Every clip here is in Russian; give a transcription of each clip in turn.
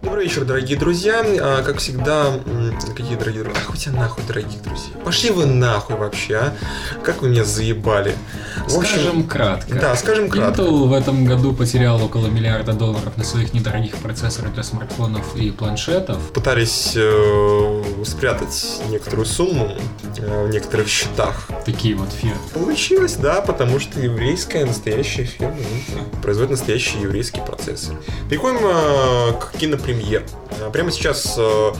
Добрый вечер, дорогие друзья. А, как всегда, м, какие дорогие друзья? А хотя нахуй, дорогие друзья. Пошли вы нахуй вообще, а? Как вы меня заебали. В общем, Скажем кратко. да, скажем кратко. Intel в этом году потерял около миллиарда долларов на своих недорогих процессорах для смартфонов и планшетов. Пытались э, спрятать некоторую сумму э, в некоторых счетах. Такие вот фирмы. Получилось, да, потому что еврейская настоящая фирма ну, производит настоящие еврейские процессы. Переходим э, к кинопремьер. Э, Прямо сейчас... э,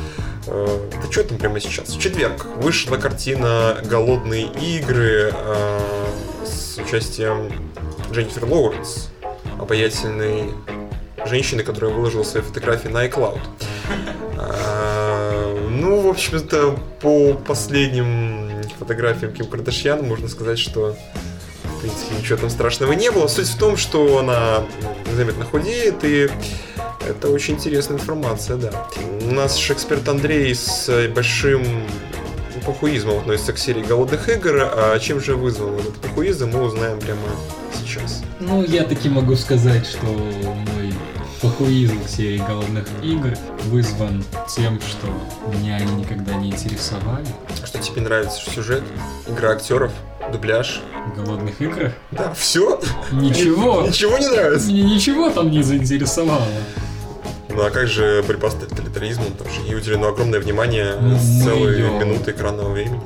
э, да что там прямо сейчас? В четверг вышла картина «Голодные игры» э, с участием Дженнифер Лоуренс, обаятельной женщины, которая выложила свои фотографии на iCloud. А, Ну, в общем-то, по последним фотографиям Ким Кардашьян можно сказать, что в принципе, ничего там страшного не было. Суть в том, что она м, заметно худеет, и это очень интересная информация, да. У нас эксперт Андрей с э, большим похуизмом относится к серии «Голодных игр», а чем же вызван этот похуизм, мы узнаем прямо сейчас. Ну, я таки могу сказать, что мой похуизм в серии голодных игр вызван тем, что меня они никогда не интересовали. Что тебе нравится? Сюжет, игра актеров, дубляж? В голодных играх Да, все? ничего. Ничего не нравится? Меня ничего там не заинтересовало. Ну а как же борьба с тоталитаризмом? Там же ей уделено огромное внимание Ну, с мы целой её- минуты экранного времени.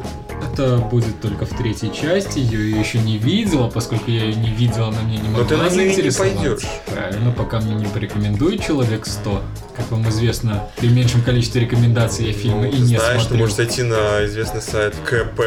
Это будет только в третьей части, ее я еще не видела, поскольку я ее не видела, она мне не Но могла ты на нее и не заинтересовать. пойдешь. Правильно, пока мне не порекомендует человек 100. Как вам известно, при меньшем количестве рекомендаций я фильмы Ну, и ты не знаешь, ты смотрю. можешь зайти на известный сайт КП,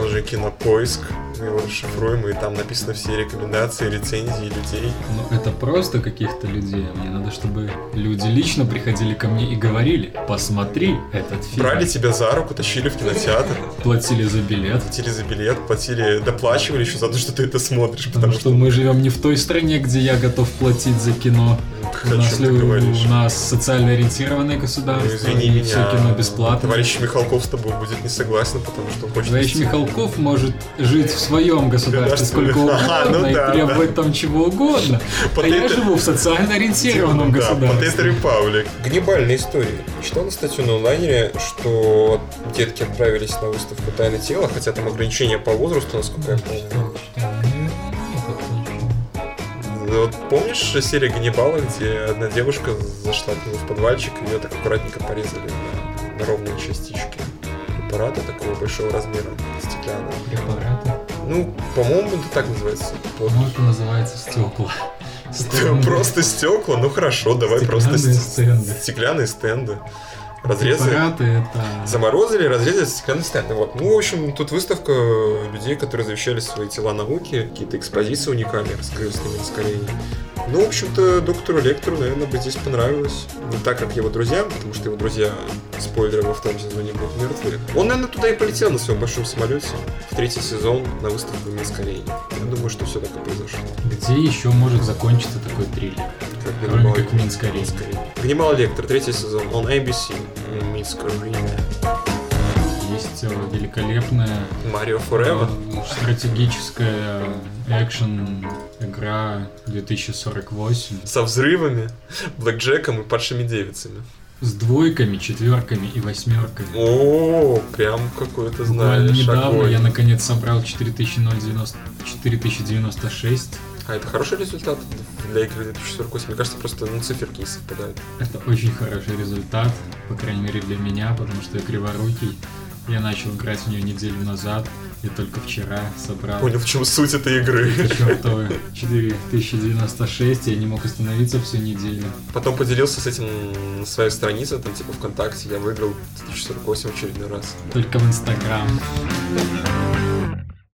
он же Кинопоиск, мы его расшифруем, и там написаны все рекомендации, рецензии людей. Но это просто каких-то людей. Мне надо, чтобы люди лично приходили ко мне и говорили, посмотри этот фильм. Брали тебя за руку, тащили в кинотеатр, Платили за билет. платили за билет, платили, доплачивали еще за то, что ты это смотришь, Потому что мы живем не в той стране, где я готов платить за кино. О У нас, чем ты лю- говоришь? у нас социально ориентированное Ну, государство, извини и меня, все кино бесплатно. товарищ Михалков с тобой будет не согласен, потому что он хочет... Товарищ идти. Михалков может жить в своем государстве Государстве. сколько Ага, ну угодно и да, требовать там чего угодно. А я Потейто- живу в социально ориентированном Да, Potato государстве. Republic. Гнебальная история. Читал на статью на онлайнере, что детки отправились на выставку «Тайны тела», хотя там ограничения по возрасту, насколько я помню. Вот помнишь э, серия Ганнибала, где одна девушка зашла к нему в подвальчик, и ее так аккуратненько порезали на, на ровные частички препарата такого большого размера стеклянного. Препараты. Ну, по-моему, это так называется. Вот. По-моему, это называется стекла. Стенды. Просто стекла, ну хорошо, давай просто Стеклянные ст- стенды. стеклянные стенды. Разрезы. Препараты это... Заморозили, разрезали стеклянный стенд. Вот. Ну, в общем, тут выставка людей, которые завещали свои тела науке, какие-то экспозиции уникальные, раскрылись с ними ускорение. Ну, в общем-то, доктору Лектору, наверное, бы здесь понравилось. Не так, как его друзьям, потому что его друзья, спойлеры, во втором сезоне будут мертвы. Он, наверное, туда и полетел на своем большом самолете в третий сезон на выставку Минскорей. Я думаю, что все так и произошло. Где еще может закончиться такой триллер? Как Кроме Ганнибал как Лектор. Минск Арена. Ганнибал Лектор, третий сезон, он NBC, Минскорей, Есть э, великолепная Марио Форева. э, стратегическая экшен игра 2048 со взрывами, блэкджеком и падшими девицами. с двойками, четверками и восьмерками. О, прям какой-то Буквально знаешь недавно огонь. я наконец собрал 4090 4096. А это хороший результат для игры 2048. Мне кажется, просто ну, циферки не совпадают. Это очень хороший результат, по крайней мере для меня, потому что я криворукий. Я начал играть в нее неделю назад и только вчера собрал Понял, в чем суть этой игры. чертовы 4096, я не мог остановиться всю неделю. Потом поделился с этим на своей странице, там типа ВКонтакте, я выиграл 2048 в очередной раз. Только в Инстаграм.